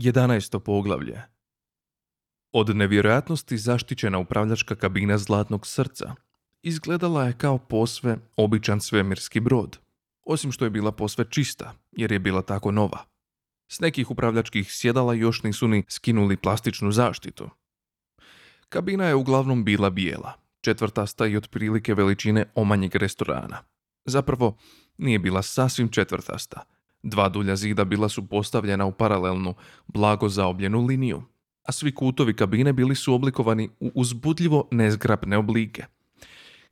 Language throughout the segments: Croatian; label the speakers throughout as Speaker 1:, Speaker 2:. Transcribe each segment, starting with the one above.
Speaker 1: 11. poglavlje Od nevjerojatnosti zaštićena upravljačka kabina Zlatnog srca izgledala je kao posve običan svemirski brod, osim što je bila posve čista, jer je bila tako nova. S nekih upravljačkih sjedala još nisu ni skinuli plastičnu zaštitu. Kabina je uglavnom bila bijela, četvrtasta i otprilike veličine omanjeg restorana. Zapravo, nije bila sasvim četvrtasta – Dva dulja zida bila su postavljena u paralelnu, blago zaobljenu liniju, a svi kutovi kabine bili su oblikovani u uzbudljivo nezgrapne oblike.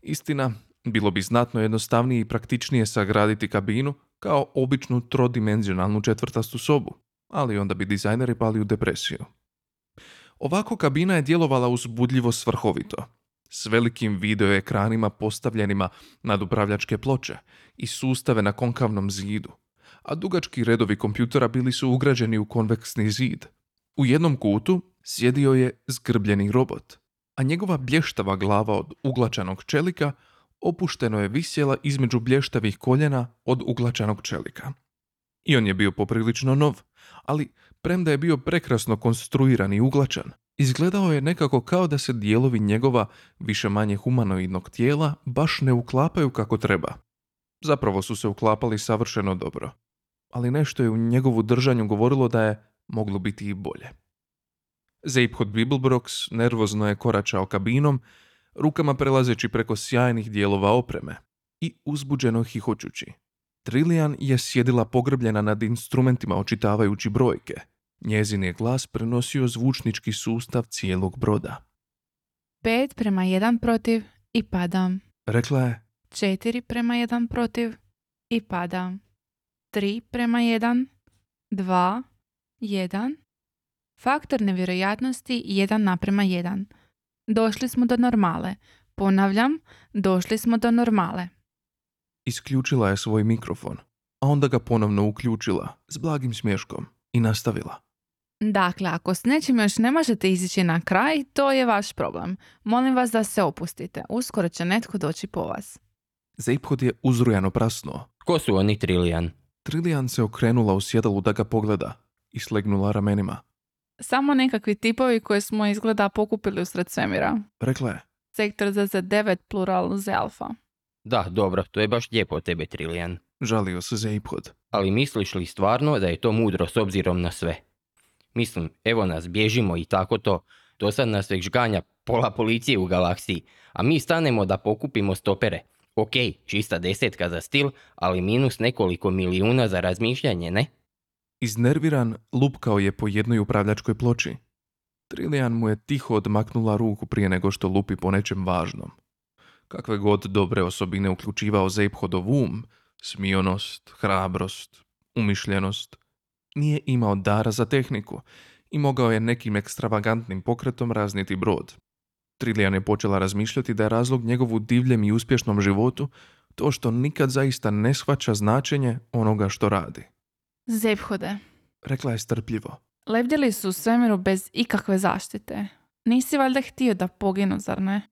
Speaker 1: Istina, bilo bi znatno jednostavnije i praktičnije sagraditi kabinu kao običnu trodimenzionalnu četvrtastu sobu, ali onda bi dizajneri pali u depresiju. Ovako kabina je djelovala uzbudljivo svrhovito, s velikim videoekranima postavljenima nad upravljačke ploče i sustave na konkavnom zidu, a dugački redovi kompjutera bili su ugrađeni u konveksni zid. U jednom kutu sjedio je zgrbljeni robot, a njegova blještava glava od uglačanog čelika opušteno je visjela između blještavih koljena od uglačanog čelika. I on je bio poprilično nov, ali premda je bio prekrasno konstruiran i uglačan, izgledao je nekako kao da se dijelovi njegova više-manje humanoidnog tijela baš ne uklapaju kako treba. Zapravo su se uklapali savršeno dobro ali nešto je u njegovu držanju govorilo da je moglo biti i bolje. Zeiphod Bibelbrox nervozno je koračao kabinom, rukama prelazeći preko sjajnih dijelova opreme i uzbuđeno hihoćući. Trilian je sjedila pogrbljena nad instrumentima očitavajući brojke. Njezin je glas prenosio zvučnički sustav cijelog broda.
Speaker 2: Pet prema jedan protiv i padam.
Speaker 1: Rekla je,
Speaker 2: Četiri prema jedan protiv i padam. Tri prema jedan, dva, jedan. Faktor nevjerojatnosti jedan naprema jedan. Došli smo do normale. Ponavljam, došli smo do normale.
Speaker 1: isključila je svoj mikrofon, a onda ga ponovno uključila s blagim smješkom i nastavila.
Speaker 2: Dakle, ako s nečim još ne možete izići na kraj, to je vaš problem. Molim vas da se opustite. Uskoro će netko doći po vas.
Speaker 1: Zeiphod je uzrujano prasnuo.
Speaker 3: Ko su oni Trilijan?
Speaker 1: Trilian se okrenula u sjedalu da ga pogleda i slegnula ramenima.
Speaker 2: Samo nekakvi tipovi koje smo izgleda pokupili usred svemira.
Speaker 1: Rekla je,
Speaker 2: Sektor ZZ9 plural Z alfa.
Speaker 3: Da, dobro, to je baš lijepo od tebe Trilijan.
Speaker 1: žalio se Zeiphod.
Speaker 3: Ali misliš li stvarno da je to mudro s obzirom na sve? Mislim, evo nas, bježimo i tako to. Do sad nas već ganja pola policije u galaksiji, a mi stanemo da pokupimo stopere. Ok, čista desetka za stil, ali minus nekoliko milijuna za razmišljanje, ne?
Speaker 1: Iznerviran, lupkao je po jednoj upravljačkoj ploči. Trilijan mu je tiho odmaknula ruku prije nego što lupi po nečem važnom. Kakve god dobre osobine uključivao Zeiphodov um, smijonost, hrabrost, umišljenost, nije imao dara za tehniku i mogao je nekim ekstravagantnim pokretom razniti brod. Trilijan je počela razmišljati da je razlog njegovu divljem i uspješnom životu to što nikad zaista ne shvaća značenje onoga što radi.
Speaker 2: Zephode,
Speaker 1: Rekla je strpljivo.
Speaker 2: lebdjeli su u svemiru bez ikakve zaštite. Nisi valjda htio da poginu, zar ne?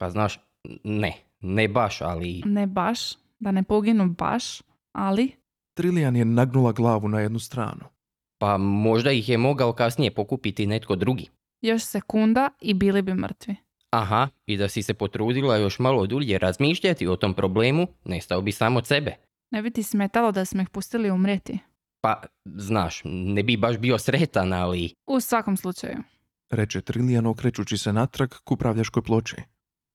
Speaker 3: Pa znaš, ne, ne baš, ali...
Speaker 2: Ne baš, da ne poginu baš, ali...
Speaker 1: Trilijan je nagnula glavu na jednu stranu.
Speaker 3: Pa možda ih je mogao kasnije pokupiti netko drugi.
Speaker 2: Još sekunda i bili bi mrtvi.
Speaker 3: Aha, i da si se potrudila još malo dulje razmišljati o tom problemu, nestao bi sam od sebe.
Speaker 2: Ne bi ti smetalo da smo ih pustili umrijeti.
Speaker 3: Pa, znaš, ne bi baš bio sretan, ali...
Speaker 2: U svakom slučaju,
Speaker 1: Reče Trilijan okrećući se natrag k upravljačkoj ploči.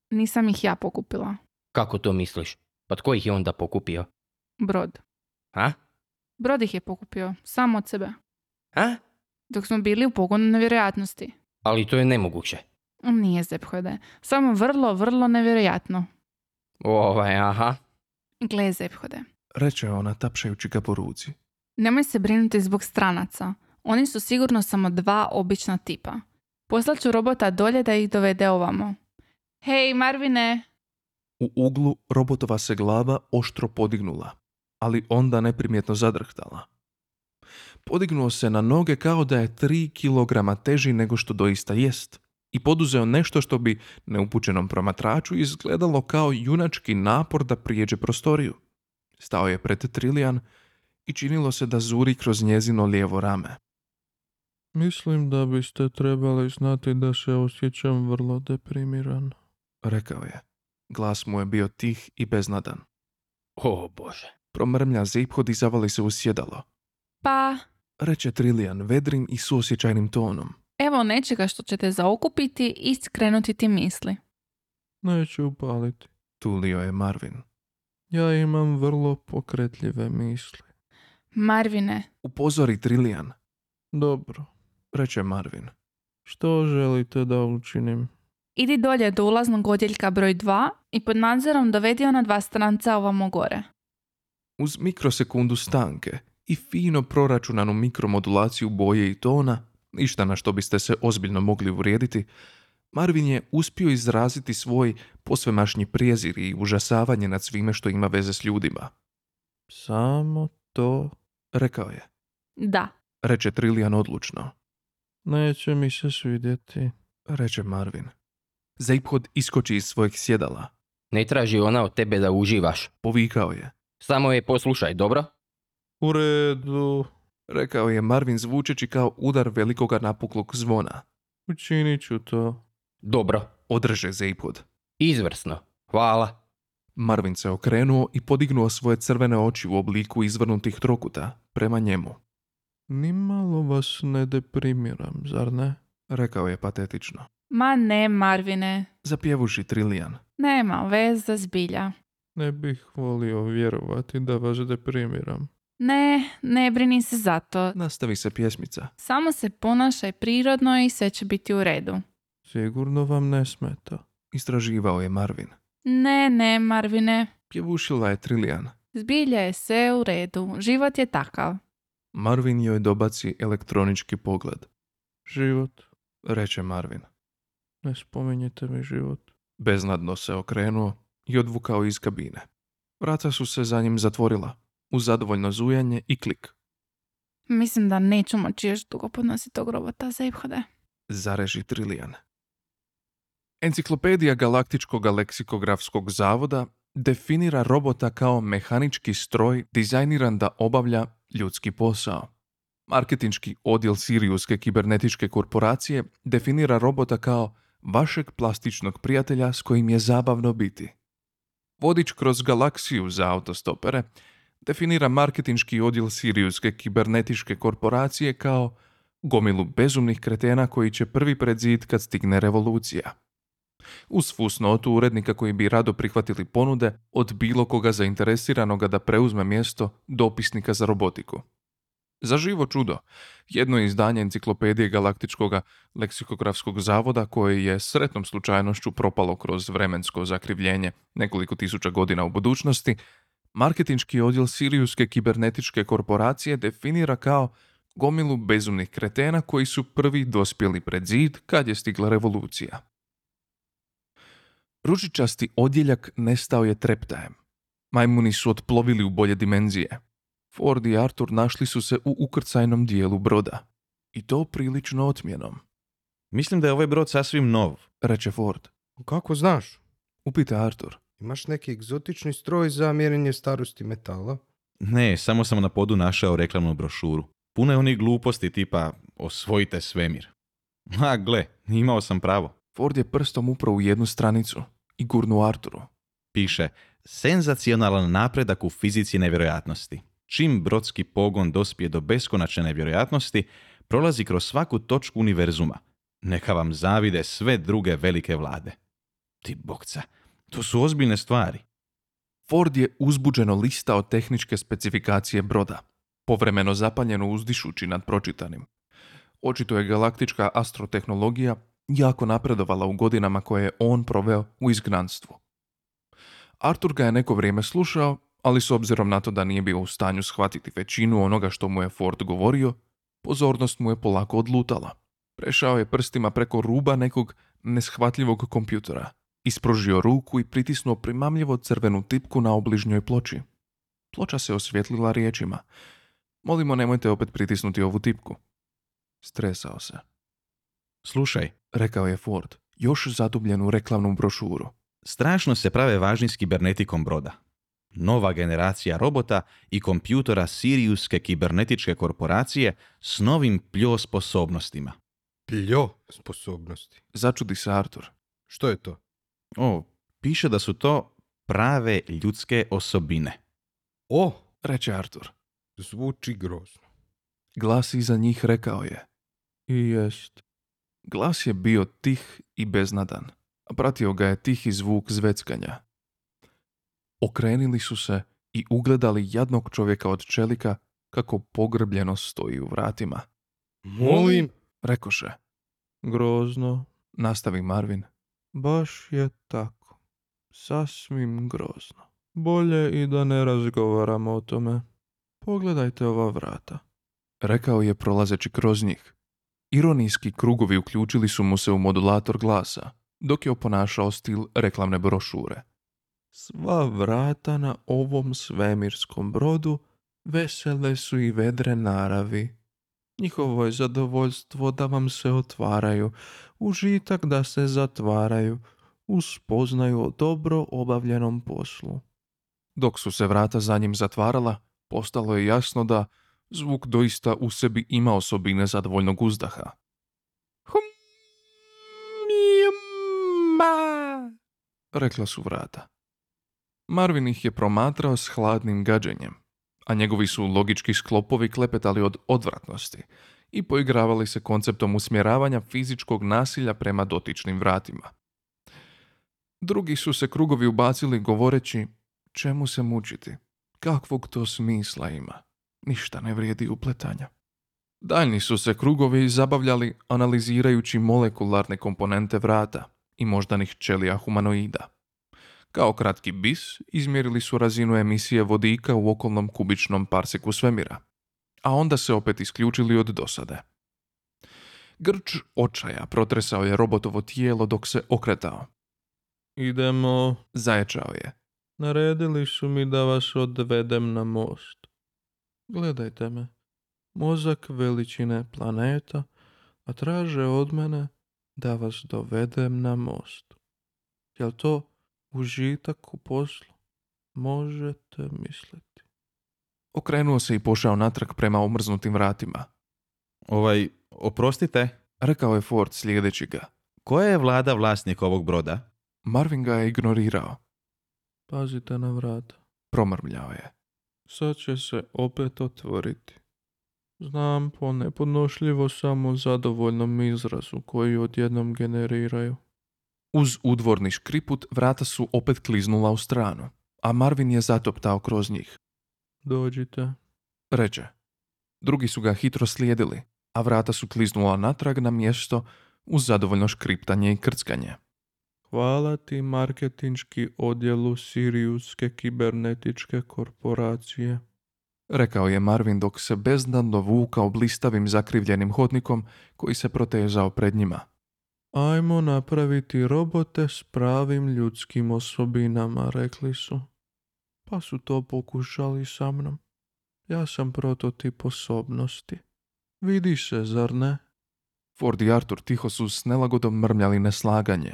Speaker 2: nisam ih ja pokupila.
Speaker 3: Kako to misliš? Pa tko ih je onda pokupio?
Speaker 2: Brod.
Speaker 3: Ha?
Speaker 2: Brod ih je pokupio, sam od sebe.
Speaker 3: Ha?
Speaker 2: Dok smo bili u pogonu nevjerojatnosti.
Speaker 3: Ali to je nemoguće.
Speaker 2: Nije Zephode, samo vrlo, vrlo nevjerojatno.
Speaker 3: Ovaj, aha.
Speaker 2: Gle Zephode,
Speaker 1: Reče ona tapšajući ga po ruci.
Speaker 2: Nemoj se brinuti zbog stranaca. Oni su sigurno samo dva obična tipa. Poslaću robota dolje da ih dovede ovamo. Hej, Marvine!
Speaker 1: U uglu robotova se glava oštro podignula, ali onda neprimjetno zadrhtala. Podignuo se na noge kao da je tri kilograma teži nego što doista jest i poduzeo nešto što bi neupućenom promatraču izgledalo kao junački napor da prijeđe prostoriju. Stao je pred Trilijan i činilo se da zuri kroz njezino lijevo rame.
Speaker 4: Mislim da biste trebali znati da se osjećam vrlo deprimiran.
Speaker 1: rekao je. Glas mu je bio tih i beznadan.
Speaker 3: O bože.
Speaker 1: Promrmlja Ziphod i zavali se u sjedalo.
Speaker 2: Pa,
Speaker 1: Reče Trilijan vedrim i suosjećajnim tonom.
Speaker 2: evo nečega što će te zaokupiti i skrenuti ti misli.
Speaker 4: Neću upaliti.
Speaker 1: Tulio je Marvin.
Speaker 4: Ja imam vrlo pokretljive misli.
Speaker 2: Marvine,
Speaker 1: Upozori Trilijan,
Speaker 4: Dobro,
Speaker 1: reče Marvin.
Speaker 4: što želite da učinim?
Speaker 2: idi dolje do ulaznog odjeljka broj 2 i pod nadzorom dovedi ona dva stranca ovamo gore.
Speaker 1: Uz mikrosekundu stanke i fino proračunanu mikromodulaciju boje i tona, ništa na što biste se ozbiljno mogli uvrijediti, Marvin je uspio izraziti svoj posvemašnji prijezir i užasavanje nad svime što ima veze s ljudima.
Speaker 4: Samo to.
Speaker 1: Rekao je,
Speaker 2: Da,
Speaker 1: reče Trilijan odlučno.
Speaker 4: Neće mi se svidjeti.
Speaker 1: reče Marvin. Zeiphod iskoči iz svojeg sjedala.
Speaker 3: Ne traži ona od tebe da uživaš.
Speaker 1: Povikao je.
Speaker 3: Samo je poslušaj, dobro?
Speaker 4: U redu,
Speaker 1: Rekao je Marvin zvučeći kao udar velikoga napuklog zvona.
Speaker 4: učinit ću to.
Speaker 3: Dobro.
Speaker 1: Održe Zeiphod.
Speaker 3: Izvrsno. Hvala.
Speaker 1: Marvin se okrenuo i podignuo svoje crvene oči u obliku izvrnutih trokuta prema njemu.
Speaker 4: Nimalo vas ne deprimiram, zar ne?
Speaker 1: Rekao je patetično.
Speaker 2: ma ne Marvine,
Speaker 1: Zapjevuši Trilijan.
Speaker 2: nema veze zbilja.
Speaker 4: Ne bih volio vjerovati da vas deprimiram.
Speaker 2: Ne, ne brini se za to.
Speaker 1: Nastavi se pjesmica.
Speaker 2: Samo se ponašaj prirodno i sve će biti u redu.
Speaker 4: Sigurno vam ne smeta.
Speaker 1: Istraživao je Marvin.
Speaker 2: Ne, ne, Marvine.
Speaker 1: Pjevušila je Trilijan.
Speaker 2: Zbilja je sve u redu. Život je takav.
Speaker 1: Marvin joj dobaci elektronički pogled.
Speaker 4: Život,
Speaker 1: Reče Marvin.
Speaker 4: ne spominjite mi život.
Speaker 1: Beznadno se okrenuo i odvukao iz kabine. Vrata su se za njim zatvorila, uz zadovoljno zujanje i klik.
Speaker 2: Mislim da neću moći još dugo podnositi tog robota za iphode.
Speaker 1: Zareži Trilijan. Enciklopedija Galaktičkog leksikografskog zavoda definira robota kao mehanički stroj dizajniran da obavlja ljudski posao. Marketinški odjel Sirijuske kibernetičke korporacije definira robota kao vašeg plastičnog prijatelja s kojim je zabavno biti. Vodič kroz galaksiju za autostopere definira marketinški odjel Sirijuske kibernetičke korporacije kao gomilu bezumnih kretena koji će prvi pred zid kad stigne revolucija. Uz fusnotu urednika koji bi rado prihvatili ponude od bilo koga zainteresiranoga da preuzme mjesto dopisnika za robotiku. Za živo čudo, jedno izdanje enciklopedije Galaktičkog leksikografskog zavoda koje je sretnom slučajnošću propalo kroz vremensko zakrivljenje nekoliko tisuća godina u budućnosti, marketinški odjel Sirijuske kibernetičke korporacije definira kao gomilu bezumnih kretena koji su prvi dospjeli pred zid kad je stigla revolucija. Ružičasti odjeljak nestao je treptajem. Majmuni su otplovili u bolje dimenzije. Ford i Arthur našli su se u ukrcajnom dijelu broda. I to prilično otmjenom,
Speaker 5: Mislim da je ovaj brod sasvim nov.
Speaker 1: reče Ford.
Speaker 6: Kako znaš?
Speaker 1: Upita Arthur.
Speaker 6: Imaš neki egzotični stroj za mjerenje starosti metala?
Speaker 5: Ne, samo sam na podu našao reklamnu brošuru. Puno je onih gluposti tipa osvojite svemir. A gle, imao sam pravo.
Speaker 1: Ford je prstom upravo u jednu stranicu i gurnu Arturu.
Speaker 5: Piše, senzacionalan napredak u fizici nevjerojatnosti. Čim brodski pogon dospije do beskonačne nevjerojatnosti, prolazi kroz svaku točku univerzuma. Neka vam zavide sve druge velike vlade. Ti bokca, to su ozbiljne stvari.
Speaker 1: Ford je uzbuđeno listao tehničke specifikacije broda, povremeno zapanjeno uzdišući nad pročitanim. Očito je galaktička astrotehnologija jako napredovala u godinama koje je on proveo u izgnanstvu. Artur ga je neko vrijeme slušao, ali s obzirom na to da nije bio u stanju shvatiti većinu onoga što mu je Ford govorio, pozornost mu je polako odlutala. Prešao je prstima preko ruba nekog neshvatljivog kompjutora ispružio ruku i pritisnuo primamljivo crvenu tipku na obližnjoj ploči. Ploča se osvjetlila riječima. Molimo nemojte opet pritisnuti ovu tipku. Stresao se,
Speaker 5: Slušaj,
Speaker 1: rekao je Ford, još zadubljen u reklamnu brošuru.
Speaker 5: strašno se prave važni s kibernetikom broda. Nova generacija robota i kompjutora Sirijuske kibernetičke korporacije s novim pljo sposobnostima.
Speaker 6: Pljo sposobnosti.
Speaker 1: Začudi se Artur.
Speaker 6: Što je to?
Speaker 5: O, piše da su to prave ljudske osobine.
Speaker 6: O,
Speaker 1: Reče Artur.
Speaker 6: zvuči grozno.
Speaker 1: Glas iza njih rekao je.
Speaker 4: I jest.
Speaker 1: Glas je bio tih i beznadan, a pratio ga je tihi zvuk zveckanja. Okrenili su se i ugledali jadnog čovjeka od čelika kako pogrbljeno stoji u vratima.
Speaker 6: Molim?
Speaker 1: Rekoše,
Speaker 4: Grozno.
Speaker 1: nastavi Marvin.
Speaker 4: Baš je tako. Sasvim grozno. Bolje i da ne razgovaramo o tome. Pogledajte ova vrata.
Speaker 1: Rekao je prolazeći kroz njih. Ironijski krugovi uključili su mu se u modulator glasa, dok je oponašao stil reklamne brošure.
Speaker 4: Sva vrata na ovom svemirskom brodu vesele su i vedre naravi. Njihovo je zadovoljstvo da vam se otvaraju, užitak da se zatvaraju, uspoznaju o dobro obavljenom poslu.
Speaker 1: Dok su se vrata za njim zatvarala, postalo je jasno da zvuk doista u sebi ima osobine zadovoljnog uzdaha. Humima, rekla su vrata. Marvin ih je promatrao s hladnim gađenjem, a njegovi su logički sklopovi klepetali od odvratnosti i poigravali se konceptom usmjeravanja fizičkog nasilja prema dotičnim vratima. Drugi su se krugovi ubacili govoreći čemu se mučiti? Kakvog to smisla ima? Ništa ne vrijedi upletanja. Daljni su se krugovi zabavljali analizirajući molekularne komponente vrata i moždanih ćelija humanoida. Kao kratki bis izmjerili su razinu emisije vodika u okolnom kubičnom parseku svemira, a onda se opet isključili od dosade. Grč očaja protresao je robotovo tijelo dok se okretao.
Speaker 4: Idemo,
Speaker 1: Zaječao je.
Speaker 4: naredili su mi da vas odvedem na most. Gledajte me, mozak veličine planeta, a traže od mene da vas dovedem na most. Jel to užitak u poslu? Možete misliti.
Speaker 1: Okrenuo se i pošao natrag prema omrznutim vratima.
Speaker 5: Ovaj, oprostite,
Speaker 1: Rekao je Ford slijedeći ga.
Speaker 5: koja je vlada vlasnik ovog broda?
Speaker 1: Marvin ga je ignorirao.
Speaker 4: Pazite na vrata.
Speaker 1: Promrmljao je.
Speaker 4: Sad će se opet otvoriti. Znam po nepodnošljivo samo zadovoljnom izrazu koji odjednom generiraju.
Speaker 1: Uz udvorni škriput vrata su opet kliznula u stranu, a Marvin je zatoptao kroz njih.
Speaker 4: Dođite.
Speaker 1: Reče. Drugi su ga hitro slijedili, a vrata su kliznula natrag na mjesto uz zadovoljno škriptanje i krckanje.
Speaker 4: Hvala ti marketinški odjelu Sirijuske kibernetičke korporacije.
Speaker 1: Rekao je Marvin dok se beznadno vukao blistavim zakrivljenim hodnikom koji se protezao pred njima.
Speaker 4: Ajmo napraviti robote s pravim ljudskim osobinama, rekli su. Pa su to pokušali sa mnom. Ja sam prototip osobnosti. Vidi se, zar ne?
Speaker 1: Ford i Artur tiho su s nelagodom mrmljali neslaganje.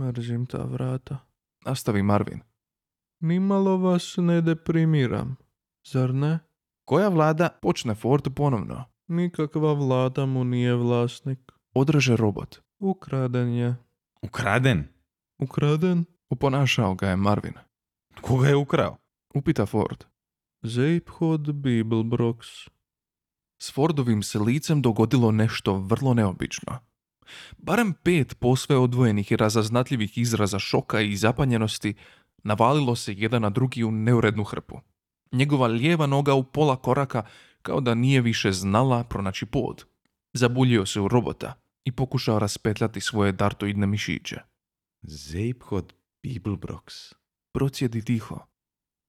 Speaker 4: Mrzim ta vrata.
Speaker 1: Nastavi Marvin.
Speaker 4: Nimalo vas ne deprimiram, zar ne?
Speaker 5: Koja vlada?
Speaker 1: Počne Ford ponovno.
Speaker 4: Nikakva vlada mu nije vlasnik.
Speaker 1: Odreže robot.
Speaker 4: Ukraden je.
Speaker 5: Ukraden.
Speaker 4: Ukraden?
Speaker 1: Oponašao ga je Marvin.
Speaker 5: Tko ga je ukrao?
Speaker 1: Upita Ford.
Speaker 4: Zeiphod Bibelbrox.
Speaker 1: S Fordovim se licem dogodilo nešto vrlo neobično. Barem pet posve odvojenih i razaznatljivih izraza šoka i zapanjenosti navalilo se jedan na drugi u neurednu hrpu. Njegova lijeva noga u pola koraka kao da nije više znala pronaći pod. Zabuljio se u robota i pokušao raspetljati svoje dartoidne mišiće.
Speaker 5: Zeiphod Bibelbrox.
Speaker 1: Procijedi tiho.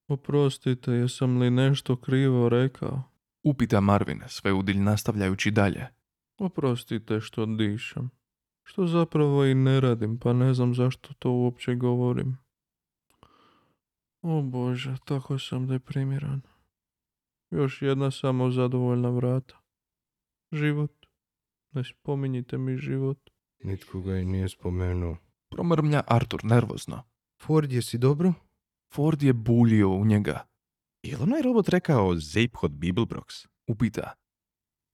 Speaker 4: Oprostite, jesam li nešto krivo rekao?
Speaker 1: Upita Marvin, sve udilj nastavljajući dalje.
Speaker 4: Oprostite što dišem. Što zapravo i ne radim, pa ne znam zašto to uopće govorim. O Bože, tako sam deprimiran. Još jedna samozadovoljna vrata. Život. Ne spominjite mi život.
Speaker 6: Nitko ga i nije spomenuo.
Speaker 1: Promrmlja Artur nervozno.
Speaker 6: Ford, jesi dobro?
Speaker 1: Ford je buljio u njega.
Speaker 5: Je li onaj robot rekao Zeiphod Bibelbrox?
Speaker 1: Upita.